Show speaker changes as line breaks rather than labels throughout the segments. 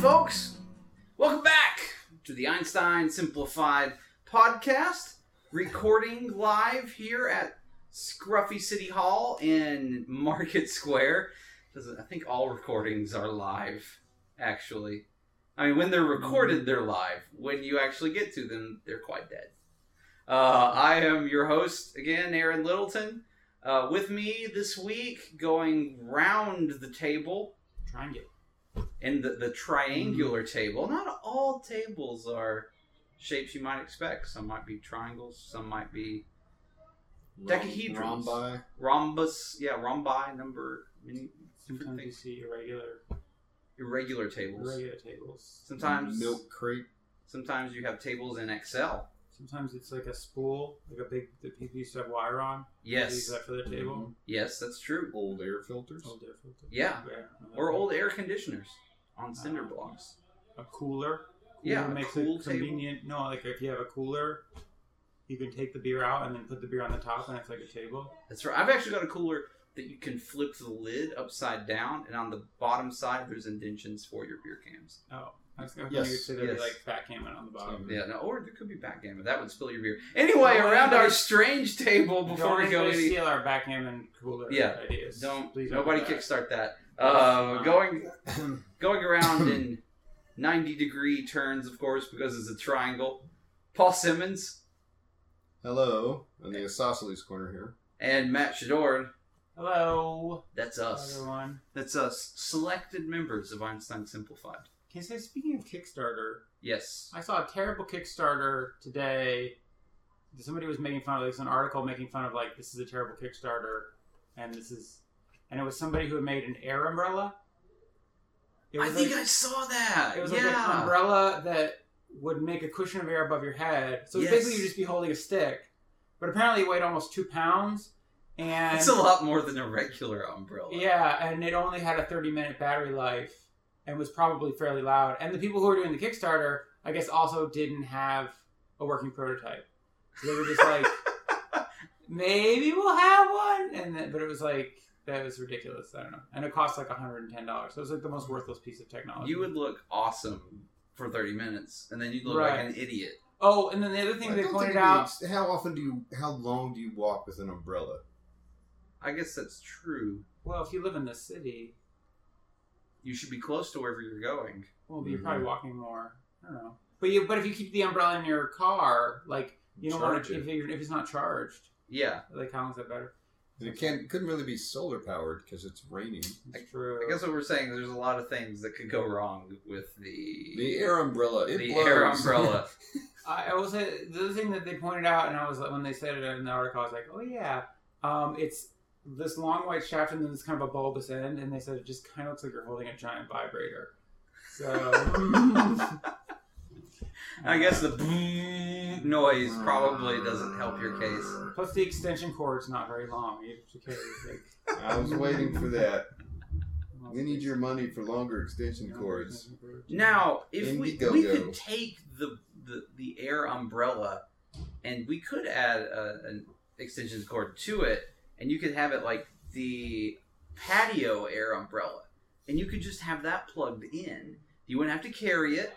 folks. Welcome back to the Einstein Simplified podcast, recording live here at Scruffy City Hall in Market Square. Doesn't- I think all recordings are live, actually. I mean, when they're recorded, they're live. When you actually get to them, they're quite dead. Uh, I am your host again, Aaron Littleton. Uh, with me this week, going round the table,
Triangle.
and the, the triangular table. Not all tables are shapes you might expect. Some might be triangles. Some might be Decahedrons.
Rhombi.
rhombus. Yeah, rhombi number many different
Sometimes you
things.
see irregular,
Irregular tables.
irregular tables.
Sometimes
Milk Crate.
Sometimes you have tables in Excel.
Sometimes it's like a spool, like a big that people used to have wire on. They Use
Yes,
that for their table.
yes, that's true.
Old air filters.
Old air filter.
Yeah.
Yeah, I don't know.
Or old air conditioners on cinder blocks.
A cooler.
Yeah,
Cooler
a
makes
cool
it
table.
convenient. No, like if you have a cooler, you can take the beer out and then put the beer on the top, and it's like a table.
That's right. I've actually got a cooler that you can flip the lid upside down, and on the bottom side there's indentions for your beer cans.
Oh, I was going
Yes,
to say there'd
yes.
be like backgammon on the bottom.
Yeah, no, or there could be backgammon. That would spill your beer. Anyway,
Don't
around our
anybody-
strange table before
Don't
we go
anybody
any.
steal our backgammon cooler
Yeah,
ideas.
Don't
Please
nobody
do that.
kickstart that.
Yes,
Uh,
no.
going
Oh.
going around in ninety degree turns, of course, because it's a triangle. Paul Simmons
Hello, in the isosceles corner here.
and Matt Shadorn.
Hello,
That's us.
everyone.
That's us. Selected members of Einstein Simplified.
Okay, so speaking of Kickstarter,
Yes.
I saw a terrible Kickstarter today. Somebody was making fun of this an article making fun of like this is a terrible Kickstarter, and this is, and it was somebody who had made an air umbrella. It
I
was
think
like,
I saw that.
it was like an
yeah.
umbrella that would make a cushion of air above your head. So
Yes.
basically, you'd just be holding a stick, but apparently it weighed almost two pounds, and
It's a lot more than a regular umbrella.
yeah, and it only had a 30 minute battery life and was probably fairly loud. And the people who were doing the Kickstarter, I guess, also didn't have a working prototype. So they were just like, maybe we'll have one. And then, but it was like, that was ridiculous. I don't know. And it cost like $110. So it was like the most worthless piece of technology.
You would look awesome for 30 minutes, and then you'd look
Right.
like an idiot.
Oh, and then the other thing
I
they
don't
pointed
think it
out
needs- how often do you? How long do you walk with an umbrella?
I guess that's true.
well, if you live in the city,
You should be close to wherever you're going.
well, you're
Mm-hmm.
Mhm.
probably walking more. I don't know. But, you, but if you keep the umbrella in your car, like, you don't want
Charge
to,
it.
if, you're- if it's not charged.
Yeah,
Like, how is that better?
And it can't couldn't really be solar powered because it's raining.
It's true.
I guess what we're saying is there's a lot of things that could go wrong with the
The air umbrella. It
the
blows.
air umbrella.
I, I will say the other thing that they pointed out, and I was like, when they said it in the article, I was like, oh yeah, um, it's this long white shaft and then it's kind of a bulbous end, and they said it just kind of looks like you're holding a giant vibrator. So
I guess the boom noise probably doesn't help your case.
plus the extension cord's not very long. You have to carry it,
I was waiting for that.
like,
We need your money for longer extension cords.
Now, if we we
Indiegogo.
could take the, the the air umbrella, and we could add a, an extension cord to it, and you could have it like the patio air umbrella, and you could just have that plugged in. You wouldn't have to carry it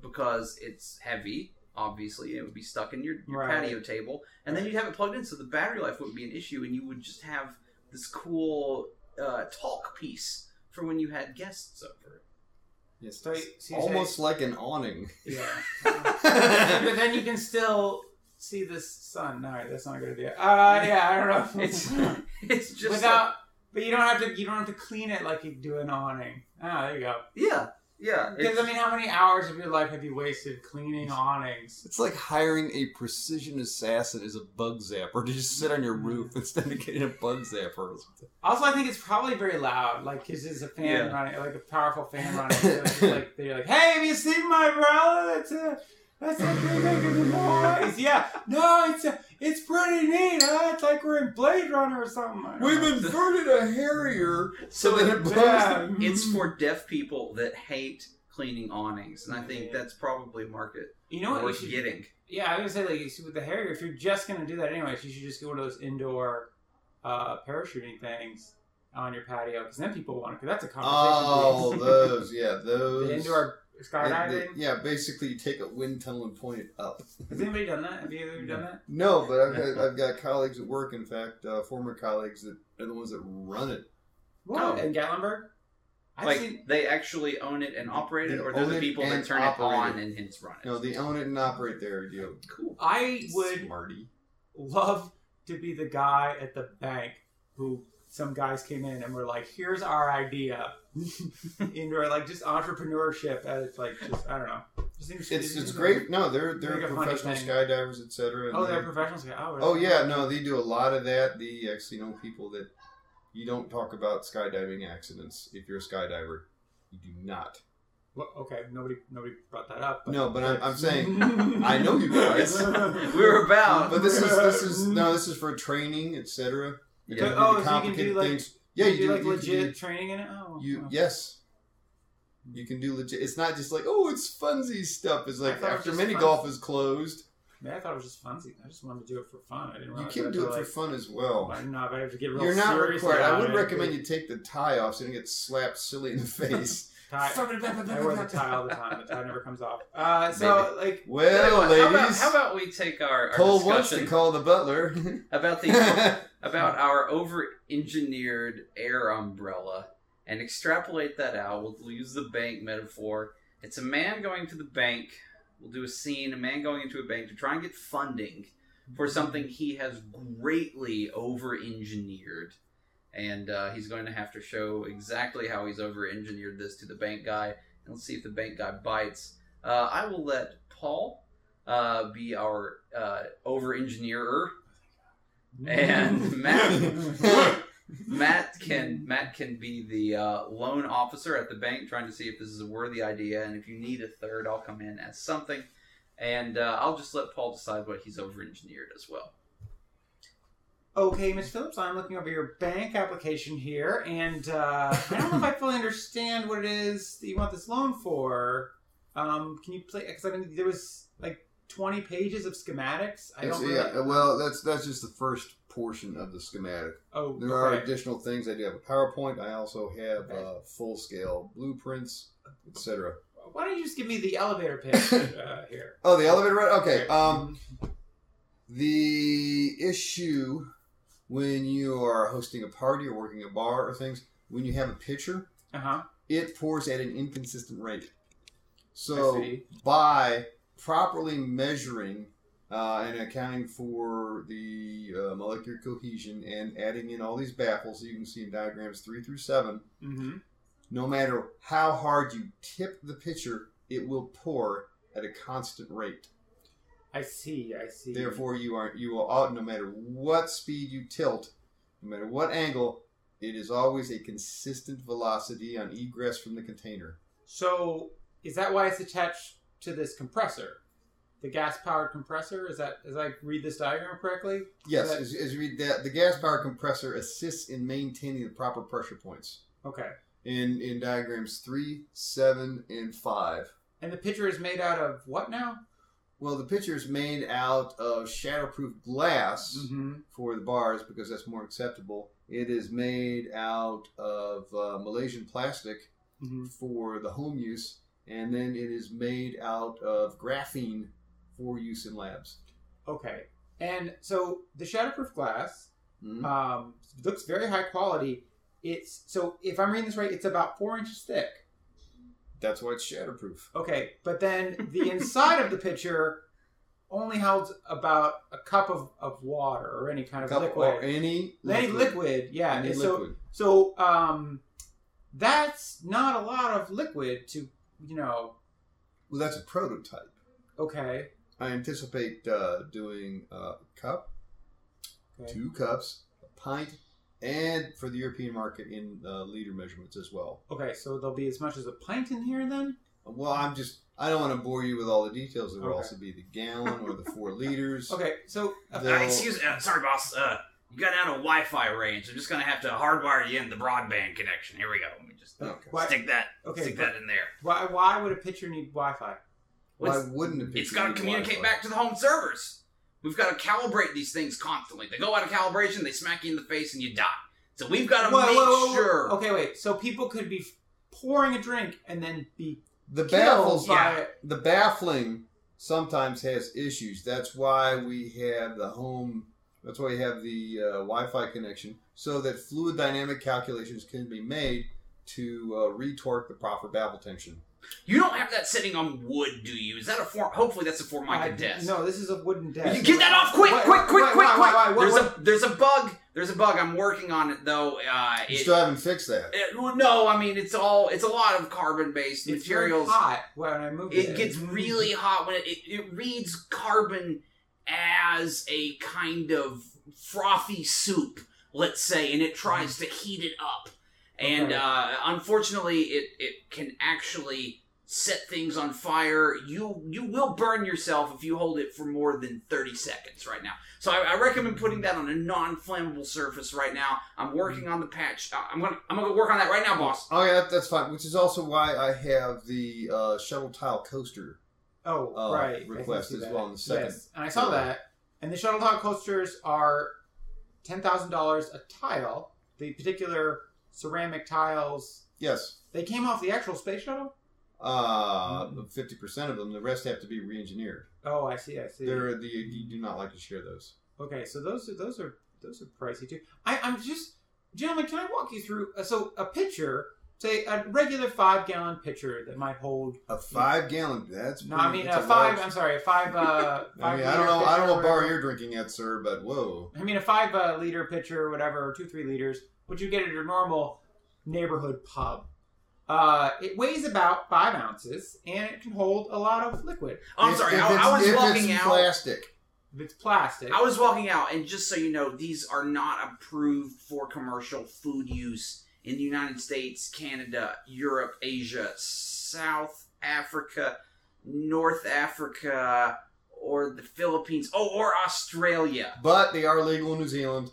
because it's heavy. Obviously, it would be stuck in your, your
Right.
patio table, and then you'd have it plugged in, so the battery life wouldn't be an issue, and you would just have this cool uh, talk piece for when you had guests over.
Yes,
So you- so you
almost like an awning.
Yeah. but then you can still see the sun. No, that's not a good idea. Uh, yeah, I don't
Oh,
know.
It's it's just
without. but you don't have to. You don't have to clean it like you do an awning. Ah, there you go.
like- yeah yeah
Because I mean, how many hours of your life have you wasted cleaning awnings?
It's like hiring a precision assassin as a bug zapper to just sit on your roof instead of getting a bug zapper. or something.
Also, I think it's probably very loud. Like, 'cause there's a fan
Yeah.
running, like a powerful fan running. So it's like they're like, "Hey, have you seen my umbrella? That's a, that's a big making the noise." Yeah, no, it's a, it's pretty neat. Huh? It's like we're in Blade Runner or something. I don't know.
inverted a Harrier
so
that
it-
it blows
Yeah.
the-
it's for deaf people that hate cleaning awnings and I think that's probably a market
You know what? We
worth
should,
getting
yeah, I was gonna say like you see with the Harrier, if you're just gonna do that anyways, you should just get one of those indoor uh, parachuting things on your patio because then people want it because that's a
Oh,
conversation. piece.
those, yeah, those.
the indoor
and
skydiving.
the- yeah, basically, you take a wind tunnel and point it up.
Has anybody done that? Have you ever done that?
No, but I've got, I've got colleagues at work. In fact, uh, former colleagues that are the ones that run it.
What? In Gatlinburg? I've
like
seen.
they actually own it and operate it,
They
or they're
own
the
it
people that
and
turn it
operate
on
it.
and hence run it.
No, they own it and operate their deal.
cool.
I would
Smarty.
love to be the guy at the bank who some guys came in and were like, "Here's our idea," indoor like just entrepreneurship at its like just I don't know. Just seems-
It's
seems like-
it's great. No, they're they're
Make a funny
professional
thing.
skydivers, etc.
Oh, they're professionals. Oh, really?
Oh yeah, no, they do a lot of that. They actually know people that you don't talk about skydiving accidents. If you're a skydiver, you do not.
Well, okay, nobody nobody brought that up.
No, but I'm, I'm saying I know you guys.
We were about.
But this is this is no, this is for training, etc.
Yeah.
Oh, so you can do, like-
Yeah, you,
do,
do
like
you can do-
legit training in it. Oh,
You
wow.
yes. You can do legit. It's not just like oh, it's funsy stuff. It's
I
like
thought it was
after
just
mini
fun.
golf is closed,
Man, I thought it was just fun. I just wanted to do it for fun. I didn't.
you
realize I
can
had
do
to,
it for
like,
fun as
I
well.
don't know. if I have to get real
You're not
serious
required. I
about
would
it.
recommend you take the tie off so you don't get slapped silly in the face.
Tie- I wear the tie all the time. The tie never comes off. Uh, so like,
well,
Anyway, how, about,
ladies,
how about we take our, our
Cole wants to
discussion
call the butler.
about the about our over-engineered air umbrella and extrapolate that out. We'll use the bank metaphor. It's a man going to the bank. We'll do a scene: a man going into a bank to try and get funding for something he has greatly over-engineered, and uh, he's going to have to show exactly how he's over-engineered this to the bank guy. And let's see if the bank guy bites. Uh, I will let Paul uh, be our uh, over-engineerer and Matt. Matt can Matt can be the uh, loan officer at the bank, trying to see if this is a worthy idea, and if you need a third, I'll come in as something, and uh, I'll just let Paul decide what he's over engineered as well.
Okay, Miss Phillips, I'm looking over your bank application here, and uh, I don't know if I fully understand what it is that you want this loan for. Um, can you play? Because I mean, there was like 20 pages of schematics. I
It's-
don't really.
yeah, uh, well, that's that's just the first portion of the schematic.
oh,
There are
okay.
additional things. I do have a PowerPoint. I also have
Okay.
uh, full scale blueprints, etc.
Why don't you just give me the elevator pitch uh, here?
Oh, the elevator ride. Okay. Um, the issue when you are hosting a party or working a bar or things, when you have a pitcher,
Uh huh.
it pours at an inconsistent rate.
I
So
see.
by properly measuring uh, and accounting for the uh, molecular cohesion and adding in all these baffles, you can see in diagrams three through seven.
Mm-hmm.
no matter how hard you tip the pitcher, it will pour at a constant rate.
I see. I see.
Therefore, you are you will out no matter what speed you tilt, no matter what angle, it is always a consistent velocity on egress from the container.
So is that why it's attached to this compressor? The gas powered compressor? Is that as I read this diagram correctly?
Yes,
That-
as, as you read that, the gas power compressor assists in maintaining the proper pressure points.
Okay.
In in diagrams three, seven, and five.
And the pitcher is made out of what now?
Well, the pitcher is made out of shatterproof glass.
Mm-hmm.
for the bars because that's more acceptable. It is made out of uh, Malaysian plastic
mm-hmm.
for the home use, and then it is made out of graphene for use in labs.
Okay. And so the shatterproof glass
Mhm.
um, looks very high quality. It's so if I'm reading this right, it's about four inches thick.
That's why it's shatterproof.
Okay, but then the inside of the pitcher only holds about a cup of, of water or any kind of
Cup-
liquid.
or any
Any liquid, yeah.
Any
and so
liquid.
So um, that's not a lot of liquid to you know.
Well, that's a prototype.
Okay.
I anticipate uh, doing uh, a cup,
Okay.
two cups, a pint, and for the European market in uh, liter measurements as well.
Okay. So there'll be as much as a pint in here then.
Well, I'm just. I don't want to bore you with all the details. There will
Okay.
also be the gallon or the four liters.
Okay. So
The-
Uh, excuse me, uh, sorry, boss. Uh, you got out of Wi-Fi range. I'm just gonna have to hardwire you in the broadband connection. Here we go. Let me just
Okay.
Oh, Why-
stick that
okay.
stick
but
that in there.
Why, why would a pitcher need Wi-Fi?
Why
What's-
wouldn't it? be
it's got to
free
communicate
Wi-Fi?
back to the home servers. We've got to calibrate these things constantly. They go out of calibration, they smack you in the face, and you die. So we've got to
Whoa,
make
whoa, whoa, whoa.
sure.
Okay, wait. So people could be pouring a drink and then be
The
killed
baffles,
by
yeah.
it.
the baffling sometimes has issues. That's why we have the home. That's why we have the uh, Wi-Fi connection, so that fluid dynamic calculations can be made to uh, retorque the proper baffle tension.
You don't have that sitting on wood, do you? Is that a form? Hopefully, that's a formica
I-
desk.
No, this is a wooden desk.
Oh You get that off quick,
Wait,
quick, quick,
wait,
quick,
wait,
quick.
wait, wait,
there's
wait.
a there's a bug. There's a bug. I'm working on it though. Uh,
You
it,
still haven't fixed that.
it- well, no, I mean it's all it's a lot of carbon based
It's very
materials.
hot when I moved
It gets really hot when it, it it reads carbon as a kind of frothy soup, let's say, and it tries
Mm.
to heat it up. And
Okay.
uh, unfortunately, it it can actually set things on fire. You you will burn yourself if you hold it for more than thirty seconds right now. So I, I recommend putting that on a non-flammable surface right now. I'm working
Mm.
on the patch. Uh, I'm gonna I'm gonna work on that right now, boss.
Oh yeah, that, that's fine. Which is also why I have the uh, shuttle tile coaster.
Oh,
uh,
right. I can
request
see
as
that.
well in the second.
Yes, and I saw that. And the shuttlecock coasters are ten thousand dollars a tile. The particular ceramic tiles
Yes,
they came off the actual space shuttle.
uh, fifty percent of them. The rest have to be re-engineered.
Oh, I see. I see.
They're the you do not like to share those.
Okay, so those are those are those are pricey too. I, I'm just, gentlemen, can I walk you through? uh, So a pitcher, say a regular five gallon pitcher that might hold.
A five gallon. That's
No, I
pretty-
mean
that's
a
Hmm, a
five.
large-
I'm sorry, a five. Uh,
I
five
mean, I
liter
don't know. I
pitcher
don't
or
know what bar
whatever.
you're drinking at, sir. But whoa.
I mean, a five uh, liter pitcher or whatever, two, three liters, what you get at your normal neighborhood pub. Uh, it weighs about five ounces and it can hold a lot of liquid.
Oh, I'm
If-
sorry.
if
I, I
it's-
was
if
walking
it's
out.
Plastic.
If it's plastic,
I was walking out, and just so you know, these are not approved for commercial food use in the United States, Canada, Europe, Asia, South Africa, North Africa, or the Philippines. Oh, or Australia.
But they are legal in New Zealand.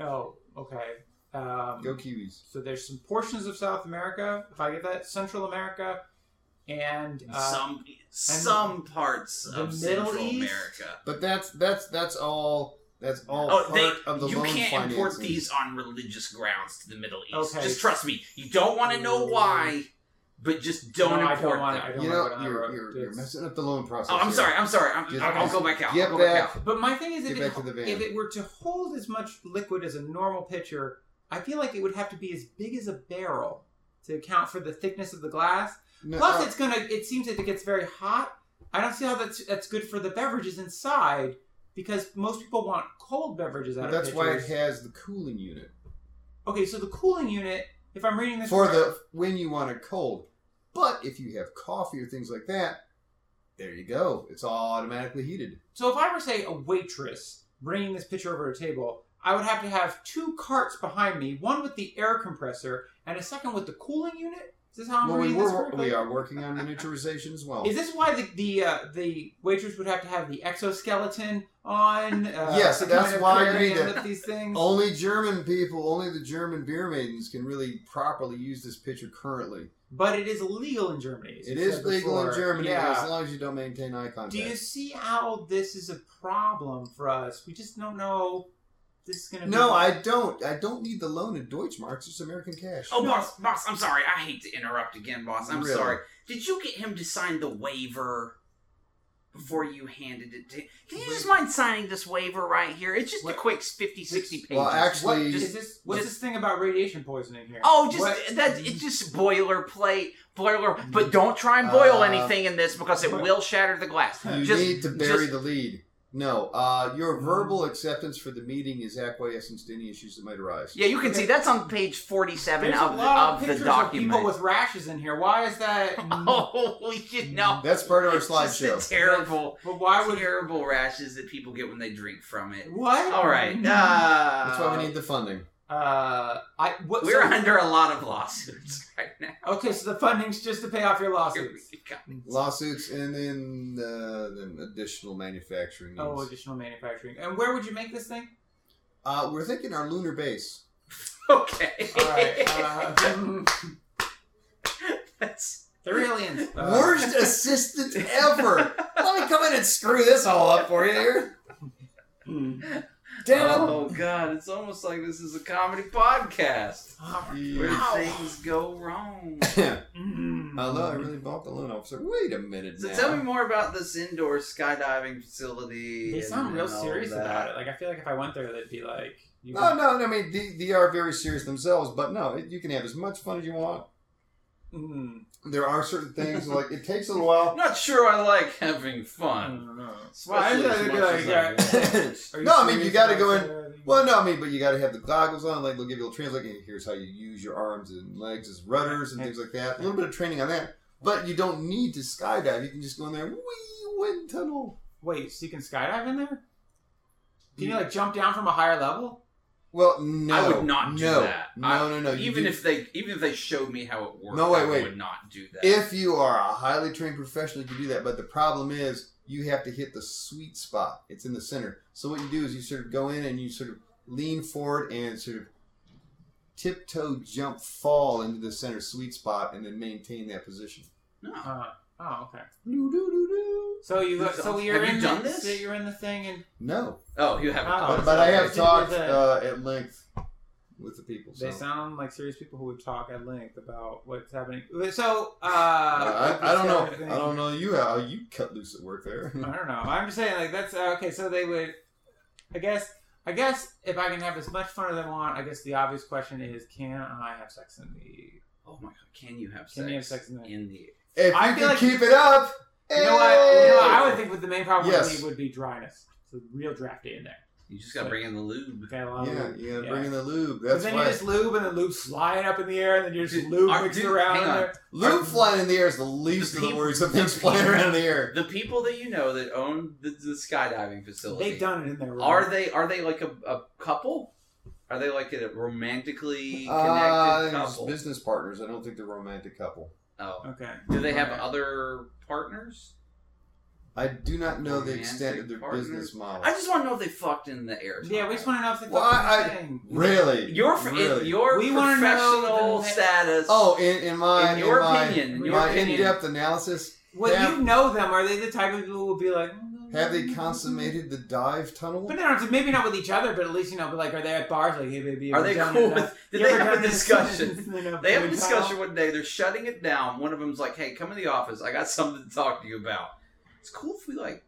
oh, okay. Um,
Go Kiwis.
So there's some portions of South America, if I get that, Central America, and uh,
some some parts
the
of
Middle
Central
East?
America.
But that's that's that's all. That's all
Oh,
part
they,
of the
you
loan
can't
financing.
import these on religious grounds to the Middle East.
Okay.
Just trust me. You don't want to know why, but just don't
No, I don't
import
wanna-
them.
I don't
You
wanna
know,
go down that
you're,
road.
you're, you're
It's-
messing up the loan process.
Oh, I'm
here.
sorry. I'm sorry. I'm,
Just-
I'll, I'll go back out.
Get
I'll go
back.
out.
But my thing is, if
Get
it,
back to the van.
if it were to hold as much liquid as a normal pitcher, I feel like it would have to be as big as a barrel to account for the thickness of the glass.
No,
Plus,
uh,
it's gonna. It seems that it gets very hot. I don't see how that's that's good for the beverages inside because most people want cold beverages out
but
of
that's why it
pitchers.
has the cooling unit
okay, so the cooling unit. If I'm reading this
for
correctly-
the when you want it cold. But if you have coffee or things like that, there you go. It's all automatically heated.
So if I were say a waitress bringing this pitcher over to a table, I would have to have two carts behind me, one with the air compressor and a second with the cooling unit. Is this how I'm
well, we,
reading this
were,
correctly?
we are working on miniaturization as well.
Is this why the the, uh, the waitress would have to have the exoskeleton on? Uh,
Yes,
to
that's
kind of
why I
carry
read Oh.
and
that.
lift these things.
Only German people, only the German beer maidens can really properly use this pitcher currently.
But it is illegal in Germany. as
It
you
is
said
legal in
before.
Germany
Yeah.
as long as you don't maintain eye contact.
Do you see how this is a problem for us? We just don't know. This is gonna.
no,
be...
I don't. I don't need the loan in Deutschmarks. It's American cash.
Oh,
No.
boss, boss, I'm sorry. I hate to interrupt again, boss. I'm
Really?
sorry. Did you get him to sign the waiver before you handed it to him? Can you just mind signing this waiver right here? It's just a
What-
quick 50, 60 pages.
well,
What
actually,
is this? What's
just-
this thing about radiation poisoning here?
Oh, just
What-
that it's just boilerplate, boiler. But don't try and boil
Uh,
anything in this because it
but-
will shatter the glass.
you
just,
need to bury
just-
the lead. No, uh, your
Mm.
verbal acceptance for the meeting is acquiescence to any issues that might arise.
Yeah, you can see that's on page forty-seven
There's
of,
a
the-
lot of,
of
pictures
the
of people
document.
with rashes in here. Why is that?
Oh, holy shit! No,
That's part of our
It's just the
slideshow.
Terrible,
But why would
terrible rashes that people get when they drink from it.
what?
All right, uh,
That's why we need the funding.
Uh, I what?
We're
so-
under a lot of lawsuits right now.
okay, so the funding's just to pay off your lawsuits. Oh,
Lawsuits and then uh, then additional manufacturing. Needs.
Oh, additional manufacturing. And where would you make this thing?
uh, we're thinking our lunar base.
Okay.
All right. Uh,
That's-
they're aliens. Uh,
Worst assistant ever. Let me come in and screw this all up for you here.
hmm. Damn.
Oh god, it's almost like this is a comedy podcast where
Ow.
things go wrong.
Mm.
Hello, I really bought the loan officer. Wait a minute
So
now.
tell me more about this indoor skydiving facility.
They
and-
sound real
and all
serious
that.
about it. Like I feel like if I went there, they'd be like, you
No, no, I mean, they, they are very serious themselves, but no, it, you can have as much fun as you want.
Mm.
There are certain things, like, it takes a little while.
I'm not sure I like having
I
fun.
don't know.
Hmm.
Especially
Well, I-
as
I-
much
I-
as I
yeah.
want.
Are
No, I mean,
serious
you gotta
about
go in-
that?
Well, no, I mean, but you got to have the goggles on. Like, they'll give you a little translate. and Here's how you use your arms and legs as rudders and things like that. A little bit of training on that. But you don't need to skydive. You can just go in there, wee, wind tunnel.
Wait, so you can skydive in there? Can you like jump down from a higher level?
Well, no.
I would not do
no,
that.
No,
I-
no, no. you
even
do-
if they even if they showed me how it worked,
No, wait,
I
wait.
would not do that.
If you are a highly trained professional, you can do that. But the problem is you have to hit the sweet spot. It's in the center. So what you do is you sort of go in and you sort of lean forward and sort of tiptoe, jump, fall into the center sweet spot, and then maintain that position.
no.
Uh, oh, okay.
Doo-doo-doo-doo.
So you
Have
so
you
you're in the,
done this?
So you're in the thing and
No,
Oh, you haven't.
Wow.
done
but,
it.
but I have
They
talked
did
uh, at length with the people. So.
they sound like serious people who would talk at length about what's happening. So uh, I,
I, I don't know. I don't know you how you cut loose at work there.
I don't know. I'm just saying, like that's uh, okay. So they would, I guess. I guess if I can have as much fun as I want, I guess the obvious question is, can I have sex in the?
Oh my god, can you have sex?
Can you have sex in the-
in the
if
I
you
feel
can
like-
keep it up,
You know what? You know what? I
hey!
would think with the main problem
Yes.
would be would be dryness. It's a real drafty in there.
You just gotta bring in the lube.
Okay, a lot of
Yeah,
lube.
you gotta
Yeah.
bring in the lube.
'Cause
That's
Um, then
why
you just lube and the lube slide up in the air and then you're just
Dude,
lube
our-
mixed
dude,
around.
hang
in
on.
there.
lube flying in the air is the least of the
peop-
worries of
the
things flying
people-
around in the air.
The people that you know that own the, the skydiving facility.
They've done it in there.
Are they are they like a, a couple? Are they like a romantically connected
Uh, they're just
couple?
business partners. I don't think they're a romantic couple.
oh,
okay?
do they have
Okay.
other partners?
I do not know the
Romantic
extent of their
partners?
business model.
I just want to know if they fucked in the air.
Yeah, we just want to know if they
Well,
fucking
I- I-
thing.
really,
your fr-
really.
your
We wanna know
professional
the-
status.
oh, in, in my
in your
in my,
opinion, in your
my
opinion.
in-depth analysis,
Well,
Yeah.
you know them. Are they the type of people who will be like, "Mm-hmm."
have they consummated the dive tunnel?
But they don't have to, maybe not with each other, but at least you know. But like, are they at bars? Like, hey, baby, you
are
ever
they
done
cool
it?
with? Did
You
they
ever
have a
done it?
discussion?
You know,
They have a
we talk.
discussion one day. They're shutting it down. One of them's like, "Hey, come in the office. I got something to talk to you about." It's cool if we like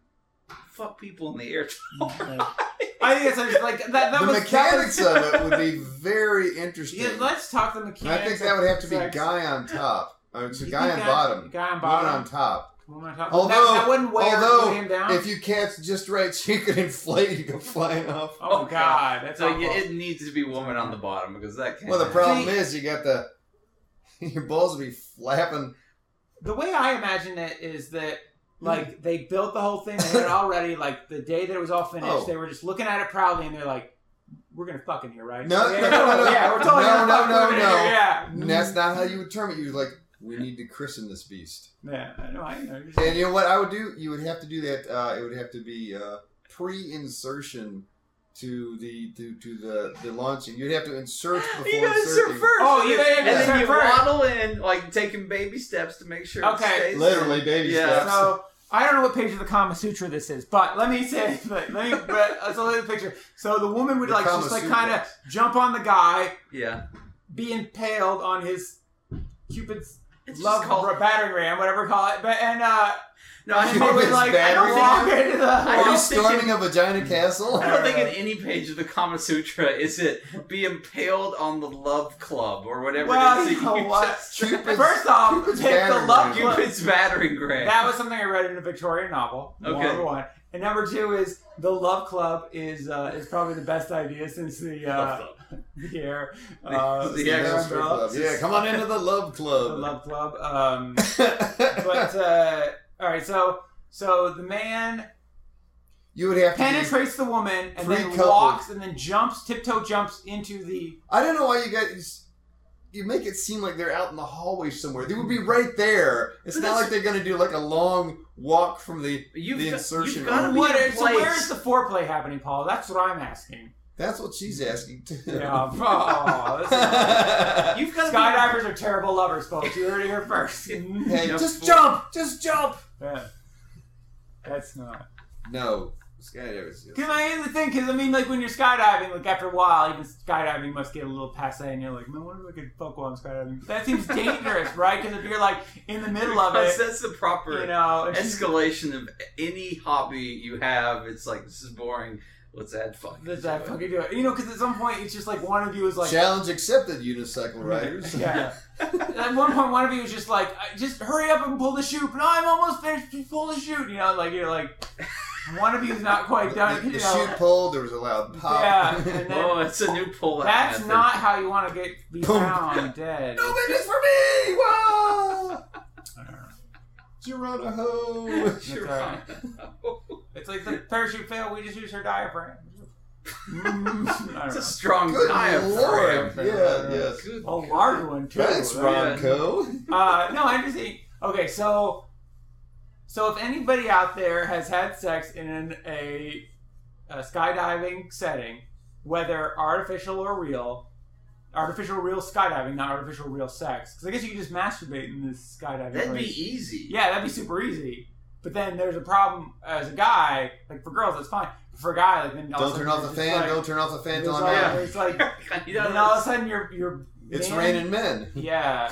fuck people in the air.
I think that's like that. That
the
was
mechanics
That was,
of it would be very interesting.
yeah, let's talk the
And I
mechanics.
think that would have to be
of sex.
guy on top, or it's a
You
guy on
think that-
bottom,
Guy on
woman on
bottom.
top.
Woman on top.
Although-
that, that wouldn't weigh
although,
him down.
Ah.
If you catch just right, she could inflate and go flying off.
oh
Oh,
my god, that's
So
awful.
you, it needs to be woman on the bottom because that. Can't
Well, the problem
See-
is you got the your balls will be flapping.
the way I imagine it is that
Hmm.
like they built the whole thing, they had it all ready. Like the day that it was all finished,
Oh.
they were just looking at it proudly, and they're like, "We're gonna fuck in here, right?
No,
yeah,
no, no, no.
yeah, we're totally
No,
gonna
no,
fuck
no,
women in
no.
here, yeah."
And that's
Mm.
not how you would term it. You're like, we need to christen this beast.
Yeah, I know, I know. You're just-
And you know what I would do? You would have to do that. Uh, it would have to be uh, pre-insertion to the to, to the the launching. You'd have to insert before
You gotta
inserting.
insert first.
Oh, you gotta
and then
insert
you
first.
waddle in, like taking baby steps to make sure.
Okay.
It stays.
Literally, baby
Yeah.
steps.
So I don't know what page of the Kama Sutra this is, but let me say, but let me, but let's look at the picture. So the woman would
The
like
Kama
just like
Sutra.
kind of jump on the guy,
Yeah.
be impaled on his Cupid's
It's
love
just called.
or battering ram, whatever you call it, but and uh,
No, I
and
don't,
they
Cupid's
would like I don't
battering
walk
ram?
into the.
I
Are you
don't think it-
storming a vagina castle?
I don't think in any page of the Kama Sutra is it be impaled on the love club or whatever
Well,
it is. that
you know what?
just-
Cupid's-
First off, it's
Cupid's
the
battering
love
ram.
club.
Cupid's battering ram.
That was something I read in a Victorian novel.
Okay.
Number one. And number two is the Love Club is uh, is probably the best idea since the
Love
uh,
club.
the air uh,
The
the air
Extra
strip
umbrella.
club. Yeah, come on into the love
the
club.
Love Club. Um, but uh, all right, so so the man
you would have to. use-
penetrates the woman and then
Pre-coupled.
walks and then jumps tiptoe jumps into the
I don't know why you guys. You make it seem like they're out in the hallway somewhere. They would be right there.
But
It's not
that's-
like they're going to do like a long walk from the.
You've,
The
got-
insertion
you've gotta
room.
be
what?
in
So where
place.
is the foreplay happening, Paul? That's what I'm asking.
That's what she's asking too.
Yeah. Oh, this is-
hey,
You've got to be.
Skydivers are terrible lovers, folks. You heard it here first.
Yep.
just jump! Just jump!
Yeah. That's not.
No, Skydive is
Because I am the thing. Because I mean, like when you're skydiving, like after a while, even skydiving must get a little passe, and you're like, man, what if I could fuck while I'm skydiving? That seems dangerous, right? Because if you're like in the middle of
Because
it,
that's the proper
you know, and she's-
escalation of any hobby you have. It's like this is boring. Let's add fuck.
does that fucking do it? You know, because at some point, it's just like one of you is like,
Challenge accepted, unicycle riders.
yeah. At one point, one of you was just like, "I- just hurry up and pull the chute. No, I'm almost finished. Just pull the chute. You know, like you're like, one of you's not
The,
quite done.
the,
you
the
know.
chute pulled. There was a loud pop.
Yeah, and then-
Oh, it's a new pull out.
That's not how you want to get be
Boom.
found dead.
no business for me. Whoa! Geronimo.
Sure.
That's It's like the parachute failed. We just use her diaphragm. Mm, I
It's a
don't
strong
Good
diaphragm.
lord. Yeah.
diaphragm.
Yes.
Good
know. a large one too.
Thanks,
right?
Ronco.
Uh, no, I'm just saying. Okay, so so if anybody out there has had sex in a, a skydiving setting, whether artificial or real, artificial real skydiving, not artificial real sex, because I guess you can just masturbate in this skydiving.
That'd
place.
be easy.
Yeah, that'd be super easy. But then there's a problem as a guy, like for girls, that's fine. But for a guy, like then all of
Don't
a
turn
sudden
off the
you're
fan.
just
don't turn off the
like-
fan
it's
till I'm
like-
out.
It's like
You
then
know,
all of a sudden you're you're
uh, It's
man-
raining men.
Yeah,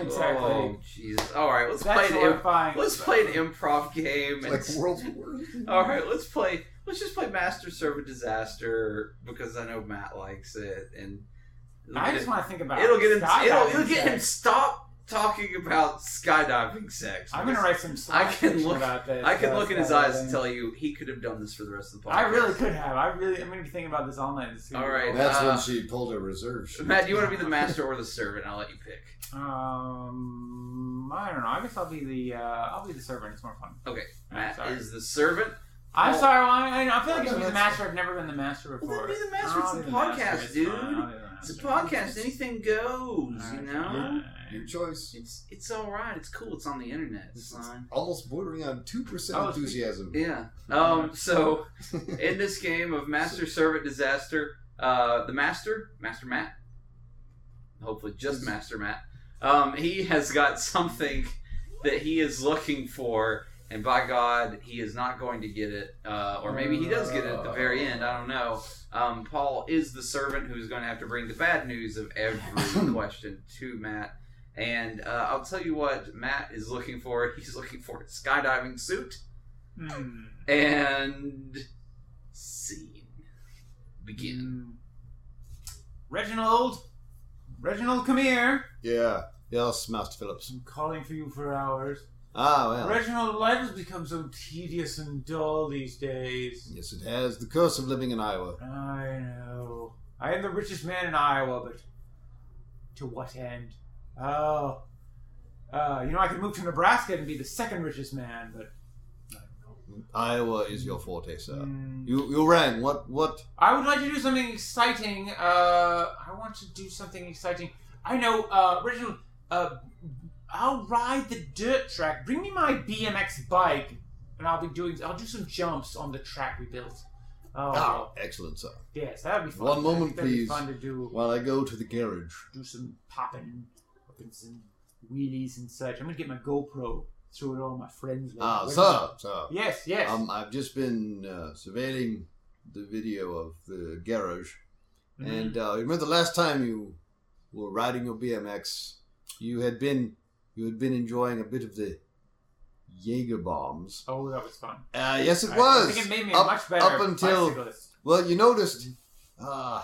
exactly.
Oh, Jesus. All right, let's
that's
play an imp-
horrifying.
let's play an improv game. and
like world's worst.
All right, let's play. Let's just play Master Servant Disaster because I know Matt likes it, and
I just want to think about
it'll get him. It'll,
skydiving
it'll get him
sex.
stop talking about skydiving sex.
I'm gonna write some.
I
slash
can
fiction
look-
About this,
I can
uh,
look in his eyes and
skydiving.
tell you he could have done this for the rest of the podcast.
I really could have. I really. I'm gonna be thinking about this all night. This is gonna
All
be
right.
That's
Uh,
when she pulled her reserve. sheet.
Matt, do you want to be the master or the servant? I'll let you pick.
Um, I don't know. I guess I'll be the. Uh, I'll be the servant. It's more fun.
Okay,
I'm
Matt
sorry.
is the servant.
I'm
Well-
sorry. well, I, I feel like
No,
if I'm the
that's-
master, I've never been the master
Well,
before.
then be the master.
I'll
It's
be
a
the master,
podcast,
it's
dude.
fine, I'll be the
It's a
master.
podcast. Anything goes. You
Alright,
know,
Your
fine.
choice.
it's it's all right. It's cool. It's on the internet. It's
It's-
fine.
Almost bordering on two percent
Oh,
enthusiasm.
Yeah. Um. So. in this game of master servant disaster uh, the master master matt hopefully just master matt um, he has got something that he is looking for and by god he is not going to get it uh, or maybe he does get it at the very end i don't know um, paul is the servant who's going to have to bring the bad news of every question to matt and uh, i'll tell you what matt is looking for he's looking for a skydiving suit
Hmm.
and scene. Begin.
Hmm. Reginald, Reginald, come here.
Yeah. Yes, Master Phillips.
I'm calling for you for hours.
Ah, well.
Reginald, life has become so tedious and dull these days.
Yes, it has. The curse of living in Iowa.
I know. I am the richest man in Iowa, but to what end? Oh, uh, you know, I could move to Nebraska and be the second richest man, but I don't
Iowa is your forte, sir.
know. Mm.
You you rang. What what?
I would like to do something exciting. Uh, I want to do something exciting. I know, uh, Reginald. Uh, I'll ride the dirt track. Bring me my BMX bike, and I'll be doing. I'll do some jumps on the track we built. Oh,
Ah, excellent, sir.
yes, that'd be fun.
One moment,
that'd
please.
Be fun to do.
While I go to the garage.
Do some popping, poppins and wheelies and such. I'm gonna get my GoPro. Throw it all my friends. with.
Ah,
Where's
sir, sir.
my- Yes, yes.
Um, I've just been uh, surveilling the video of the garage,
Mhm.
and uh, remember the last time you were riding your BMX, you had been you had been enjoying a bit of the Jaeger bombs.
oh, that was fun.
Uh, yes, it
I-
was.
I think it made me
Up-
a much better
up until-
bicyclist.
Well, you noticed uh,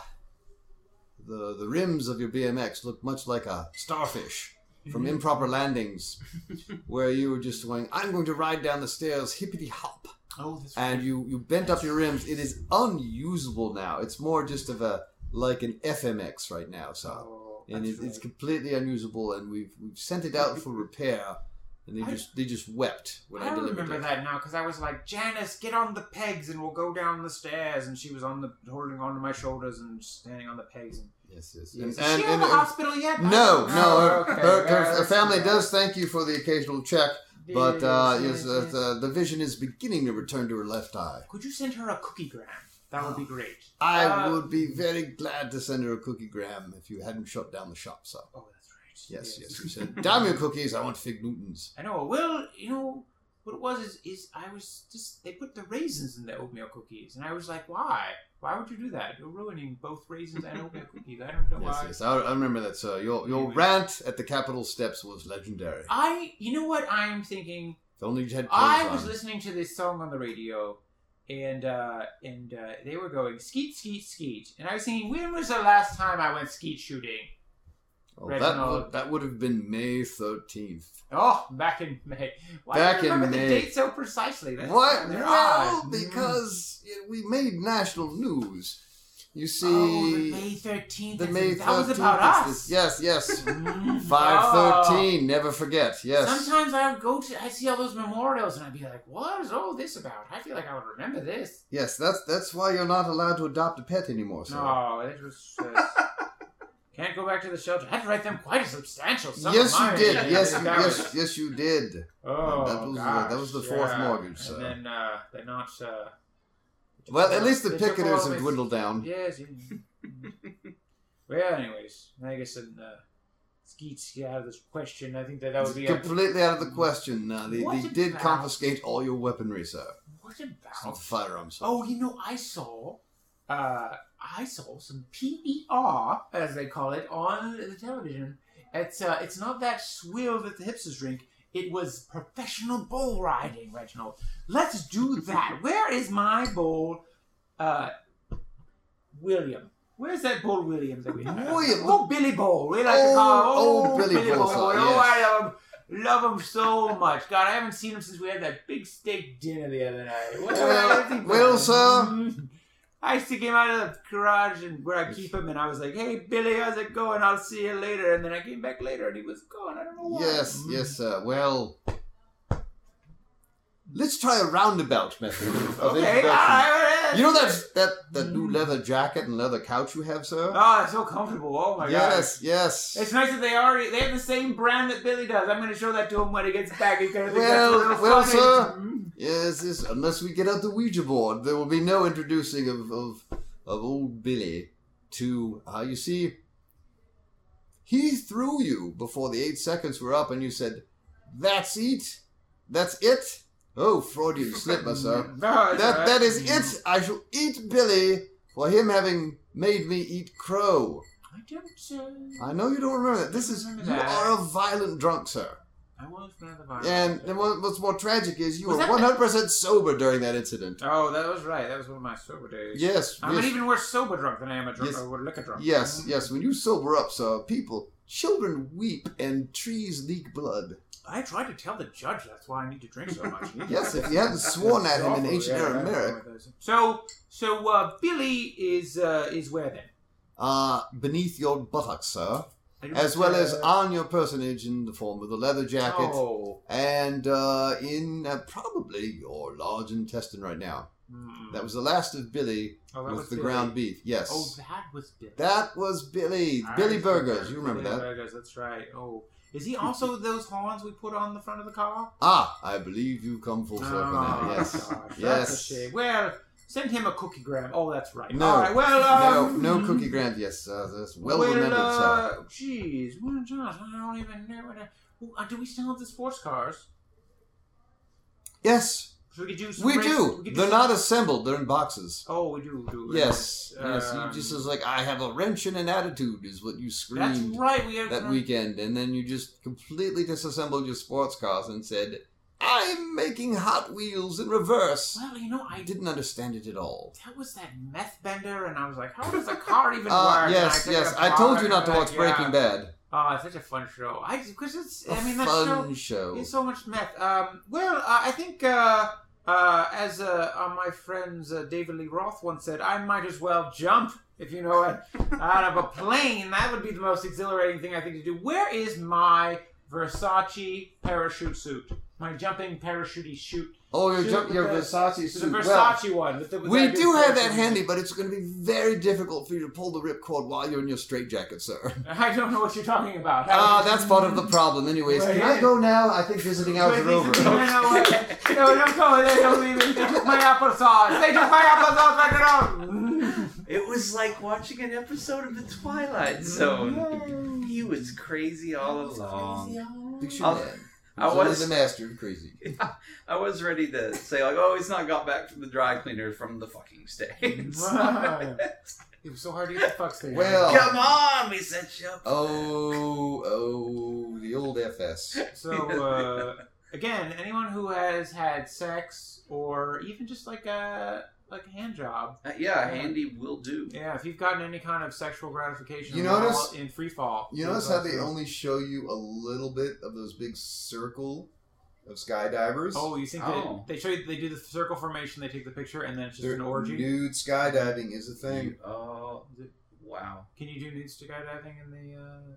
the the rims of your BMX looked much like a starfish from
Mm-hmm.
improper landings, where you were just going, "I'm going to ride down the stairs, hippity hop,"
Oh, that's
and you you bent up your rims. It is unusable now. It's more just of a like an FMX right now, so
Oh,
and
that's
it, it's
right.
completely unusable. And we've we've sent it out for repair, and they
I-
just they just wept when I,
I
delivered
remember
it.
that now because I was like, Janice, get on the pegs and we'll go down the stairs. And she was on the holding onto my shoulders and standing on the pegs. And,
Yes, yes,
Is she out
and, and,
of
and
the
it-
hospital yet?
No,
Oh,
no. Her,
okay.
her,
Yeah,
her, her
that's
family
too
does thank you for the occasional check,
bad.
but uh,
Yes,
yes,
yes,
uh,
yes.
the, the vision is beginning to return to her left eye.
could you send her a cookie gram? That would be
Oh.
great.
I
Uh,
would be very glad to send her a cookie gram if you hadn't shut down the shop, sir.
Oh, that's right.
Yes, yes, you said. Damn your cookies, I want fig Newtons.
I know. Well, you know, What it was is, is I was just they put the raisins in the oatmeal cookies, and I was like, why? Why would you do that? You're ruining both raisins and oatmeal cookies. I don't know
Yes,
why.
yes. I, I remember that. So your your
Anyway.
rant at the Capitol steps was legendary.
I, you know what I'm thinking?
If only you had.
I
clothes
was
on.
listening to this song on the radio, and uh, and uh, they were going skeet skeet skeet, and I was thinking, when was the last time I went skeet shooting?
Oh,
Red
that,
and
would,
olive.
that would have been May 13th.
Oh, back in May. Why
Back
do you
in
remember
May.
the date so precisely? That's
What?
rather
Well,
odd.
because it- we made national news. You see,
oh, the May thirteenth.
the May 13th.
that was about
it's
us.
this- yes, yes.
Mm.
513, never forget. Yes.
Sometimes I would go to, I see all those memorials and I'd be like, what is all this about? I feel like I would remember this.
Yes, that's that's why you're not allowed to adopt a pet anymore, sir.
No, it was just, can't go back to the shelter. I had to write them quite a substantial sum. of
yes, you
money.
did.
And
Yes, you,
that was-
yes, yes, you did.
Oh,
that was the-
gosh,
that was the fourth
yeah.
mortgage, so.
And then uh, they're not. Uh,
Well, at least the
they took
picketers
all
have
his-
dwindled down.
Yes. yeah. well, anyways, I guess in uh, skeets get out of this question. I think that that would be.
It's
A,
completely out of the question. Now they,
What
they did
about-
confiscate all your weaponry, sir.
what
It's not
about?
the firearms.
Oh, you know, I saw. Uh, I saw some PBR, as they call it, on the television. It's uh, it's not that swill that the hipsters drink. It was professional bull riding, Reginald. Let's do that. Where is my bull, uh, William? Where's that bull William that we have?
William.
Oh, Billy Bull. We like to
Oh,
call
oh, Billy Bull, sir,
Oh,
yes.
I love him. Love him so much. God, I haven't seen him since we had that big steak dinner the other night. What
Well-
what I think
well,
about-
sir.
Mm. I took him out of the garage and where I keep him, and I was like, "Hey, Billy, how's it going? I'll see you later." And then I came back later, and he was gone. I don't know why.
Yes,
Mm.
yes, sir. Well, let's try a roundabout method of
Okay. ah,
introduction.
all right,
You know that that that new
Mm.
leather jacket and leather couch you have, sir?
Oh, it's so comfortable. Oh my god.
yes, yes.
It's nice that they already they have the same brand that Billy does. I'm going to show that to him when he gets back. He's going to think
Well,
that's a little
well,
funny.
sir.
Mm.
yes, yes. Unless we get out the Ouija board, there will be no introducing of of, of old Billy to. Uh, you see, he threw you before the eight seconds were up, and you said, "That's it, that's it." Oh, Freudian slip, my
No,
sir.
it's all
That
right.
that is it. I shall eat Billy for him having made me eat crow.
I don't. Uh,
I know you don't remember that. This is
Remember
you
that.
are a violent drunk, sir.
I was another virus.
And then what- what's more tragic is you
Was
were
that-
one hundred percent sober during that incident.
Oh, that was right. That was one of my sober days.
Yes,
I'm
yes,
an even worse sober drunk than I am a drunk
Yes.
or a liquor drunk. Mm-hmm.
yes, yes. When you sober up, sir, people, children weep and trees leak blood.
I tried to tell the judge that's why I need to drink so much.
Yes, if you hadn't sworn
That's
at him in
awful,
ancient
yeah,
Aramaic,
that's one of those. So, so uh, Billy is uh, is where then?
uh, beneath your buttocks, sir,
I don't-
as well as
uh,
on your personage in the form of the leather jacket.
Oh,
and uh, in uh, probably your large intestine right now.
Mm.
That was the last of Billy
oh, that
with
was
the
Billy.
ground beef. Yes,
Oh, that was Billy.
that was Billy.
I
Billy
remember.
Burgers. You remember
Billy
that?
Burgers. That's right. Oh, is he also those horns we put on the front of the car?
Ah, I believe you come full circle now.
Oh,
Yes.
gosh, that's a
Yes.
shame. Well, send him a cookie gram. Oh, that's right.
No.
All right, well, um,
no, no cookie grant. Yes, uh, that's well, remembered, sir.
uh, Jeez, well, Josh, I don't even know what. I, Well, uh, do we still have the sports cars?
Yes,
So we could do. Some
we
race-
do.
we could do
They're
some-
not assembled. They're in boxes.
Oh, we do. do
Yes, yes. You
Um,
just was like, I have a wrench and an attitude, is what you screamed.
That's right. We have
that weekend, and then you just completely disassembled your sports cars and said, "I'm making Hot Wheels in reverse."
Well, you know, I
I didn't understand it at all.
That was that meth bender, and I was like, how does a car even
Ah,
work?
yes,
and I took
yes.
it
I
apart,
told you not to
and,
watch
like,
Breaking
yeah.
Bad.
Oh, it's such a fun show. I because it's.
A
I mean, that show.
fun show.
It's so much meth. Um, well, uh, I think uh, uh, as uh, uh, my friends uh, David Lee Roth once said, I might as well jump if you know it out of a plane. That would be the most exhilarating thing I think to do. Where is my Versace parachute suit? My jumping parachute suit.
Oh, your
Shoot
jump,
with
your
the-
Versace
It's a
suit.
Versace one. With the,
Well,
with
we
that
do have that
parachute.
handy, but it's going to be very difficult for you to pull the ripcord while you're in your straitjacket, sir.
I don't know what you're talking about.
Ah, that's part of the problem. Anyways,
Well,
can
yeah.
I go now? I think visiting hours
Wait,
are
they
over.
took- No, no, wait. no, don't go. They don't leave me. They took my applesauce. They took my applesauce back at home.
It was like watching an episode of The
Mm-hmm.
Twilight Zone. He was crazy all along. Oh,
Picture
I'll-
that.
I
He's only
was-
the master of crazy.
I was ready to say like, oh, he's not got back from the dry cleaner from the fucking states.
Wow. It was so hard to get the fuck thing.
Well-
Come on, we set you up.
Oh, oh, the old FS.
So uh, again, anyone who has had sex or even just like a like a hand job,
Uh, yeah, handy will do.
yeah, if you've gotten any kind of sexual gratification,
You
while
notice-
in free fall.
You notice how they only show you a little bit of those big circle of skydivers?
Oh, you think
Oh.
they, they show you they do the circle formation, they take the picture, and then it's just
They're-
an orgy.
Nude skydiving is a thing.
You- Oh, wow.
Can you do nude skydiving in the? Uh,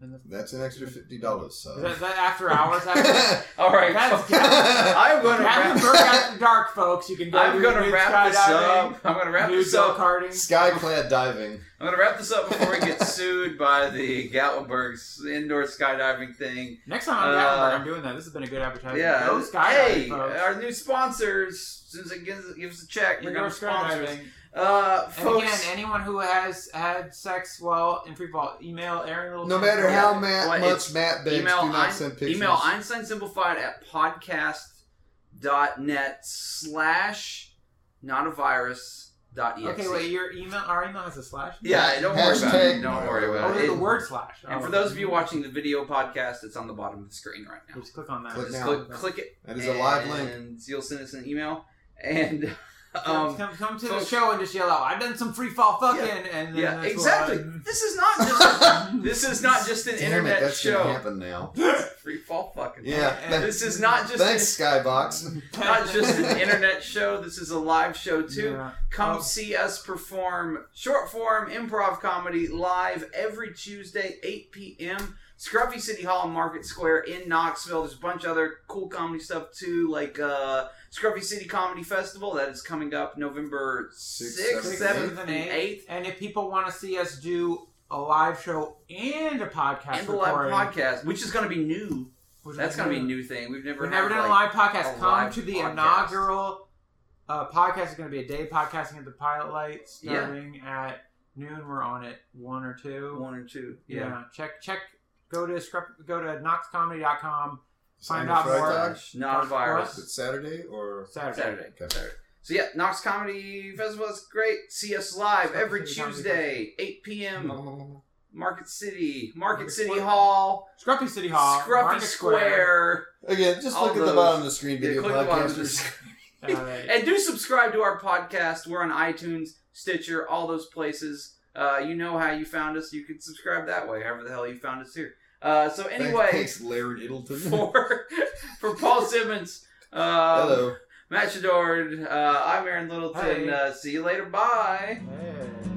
in the
That's an extra fifty dollars.
is
So
that, is that after hours? After
All right,
that's
fuck. I'm gonna
Captain
wrap.
Kirk after dark, folks. You can go.
I'm
do
gonna
nude
wrap this
skydiving,
up. I'm gonna wrap
nude
this up.
go-karting.
skyclad diving.
I'm gonna wrap this up before we get sued by the Gatlinburg's indoor skydiving thing.
Next time I'm
Uh,
Gatlinburg, I'm doing that. This has been a good advertisement.
Yeah.
Go skydiving,
hey,
folks.
our new sponsors. As soon as it gives, gives us a check, they're
Indoor
gonna sponsor us.
skydiving.
Uh,
And again,
folks.
anyone who has had sex while in free fall, email Aaron Little.
No matter how ma-
Yeah. Well,
much
it's-
Matt begs, do
email
not
Ein-
send pictures.
Email Einstein Simplified at podcast.net slash not a virus dot exe.
Okay, wait. Your email, our email has a slash.
Yeah, don't worry about
Hashtag-
it. Don't worry
Oh,
about
there's
it.
a word slash.
And
Oh.
for those of you watching the video podcast, it's on the bottom of the screen right now.
just click on that.
Click
Just
now.
click, click it.
that is a live
and
link.
You'll send us an email. And
Come-
um,
come, come to the
folks-
show and just yell out, "I've done some free fall fucking," and then
yeah,
that's
exactly. This is not just this is not just an
Damn it,
internet
that's gonna
show.
happen now.
Free fall fucking.
Yeah.
And-
that-
This is not just
Thanks, Skybox.
what-
not just an internet show. This is a live show too.
Yeah.
Come
Oh.
see us perform short form improv comedy live every Tuesday, 8 p.m. Scruffy City Hall, and Market Square in Knoxville. There's a bunch of other cool comedy stuff too, like uh, Scruffy City Comedy Festival that is coming up November
Sixth,
6th,
seventh,
7th,
eighth.
and 8th.
And if people want to see us do a live show and a podcast
And the live
recording,
podcast, which is going to be new.
which
That's
we
going to be a
haven't-
new thing. We've never
We've
had,
never done a
like-
live podcast.
a
Come
live
to the
podcast.
inaugural uh, podcast. It's going to be a day podcasting at the Pilot Light
Yeah.
starting at noon. We're on at one or two.
one or two.
yeah. check check. Go to scrap, go to knoxcomedy.com Find out
Friday
more.
Dog?
Not a virus.
Is it Saturday or
Saturday.
Saturday.
Okay.
Saturday. So yeah, Knox Comedy Festival is great. See us live
Knox
every
City Comedy Hmm.
Tuesday, 8 p.m. Market City, Market
Market
City
Square.
Hall,
Scruffy City Hall,
Scruffy
Market
Square.
again? Just
All
look at
those-
the bottom of the screen.
Yeah,
Video
click the bottom of the
podcasters.
screen.
Uh,
And do subscribe to our podcast. We're on iTunes, Stitcher, all those places. Uh, you know how you found us. You can subscribe that way, however the hell you found us here. Uh, so anyway,
thanks, Larry Iddleton.
for for Paul Simmons, uh,
Hello.
Matt Shadord, uh, I'm Aaron Littleton.
Hi.
Uh, see you later. Bye.
hey.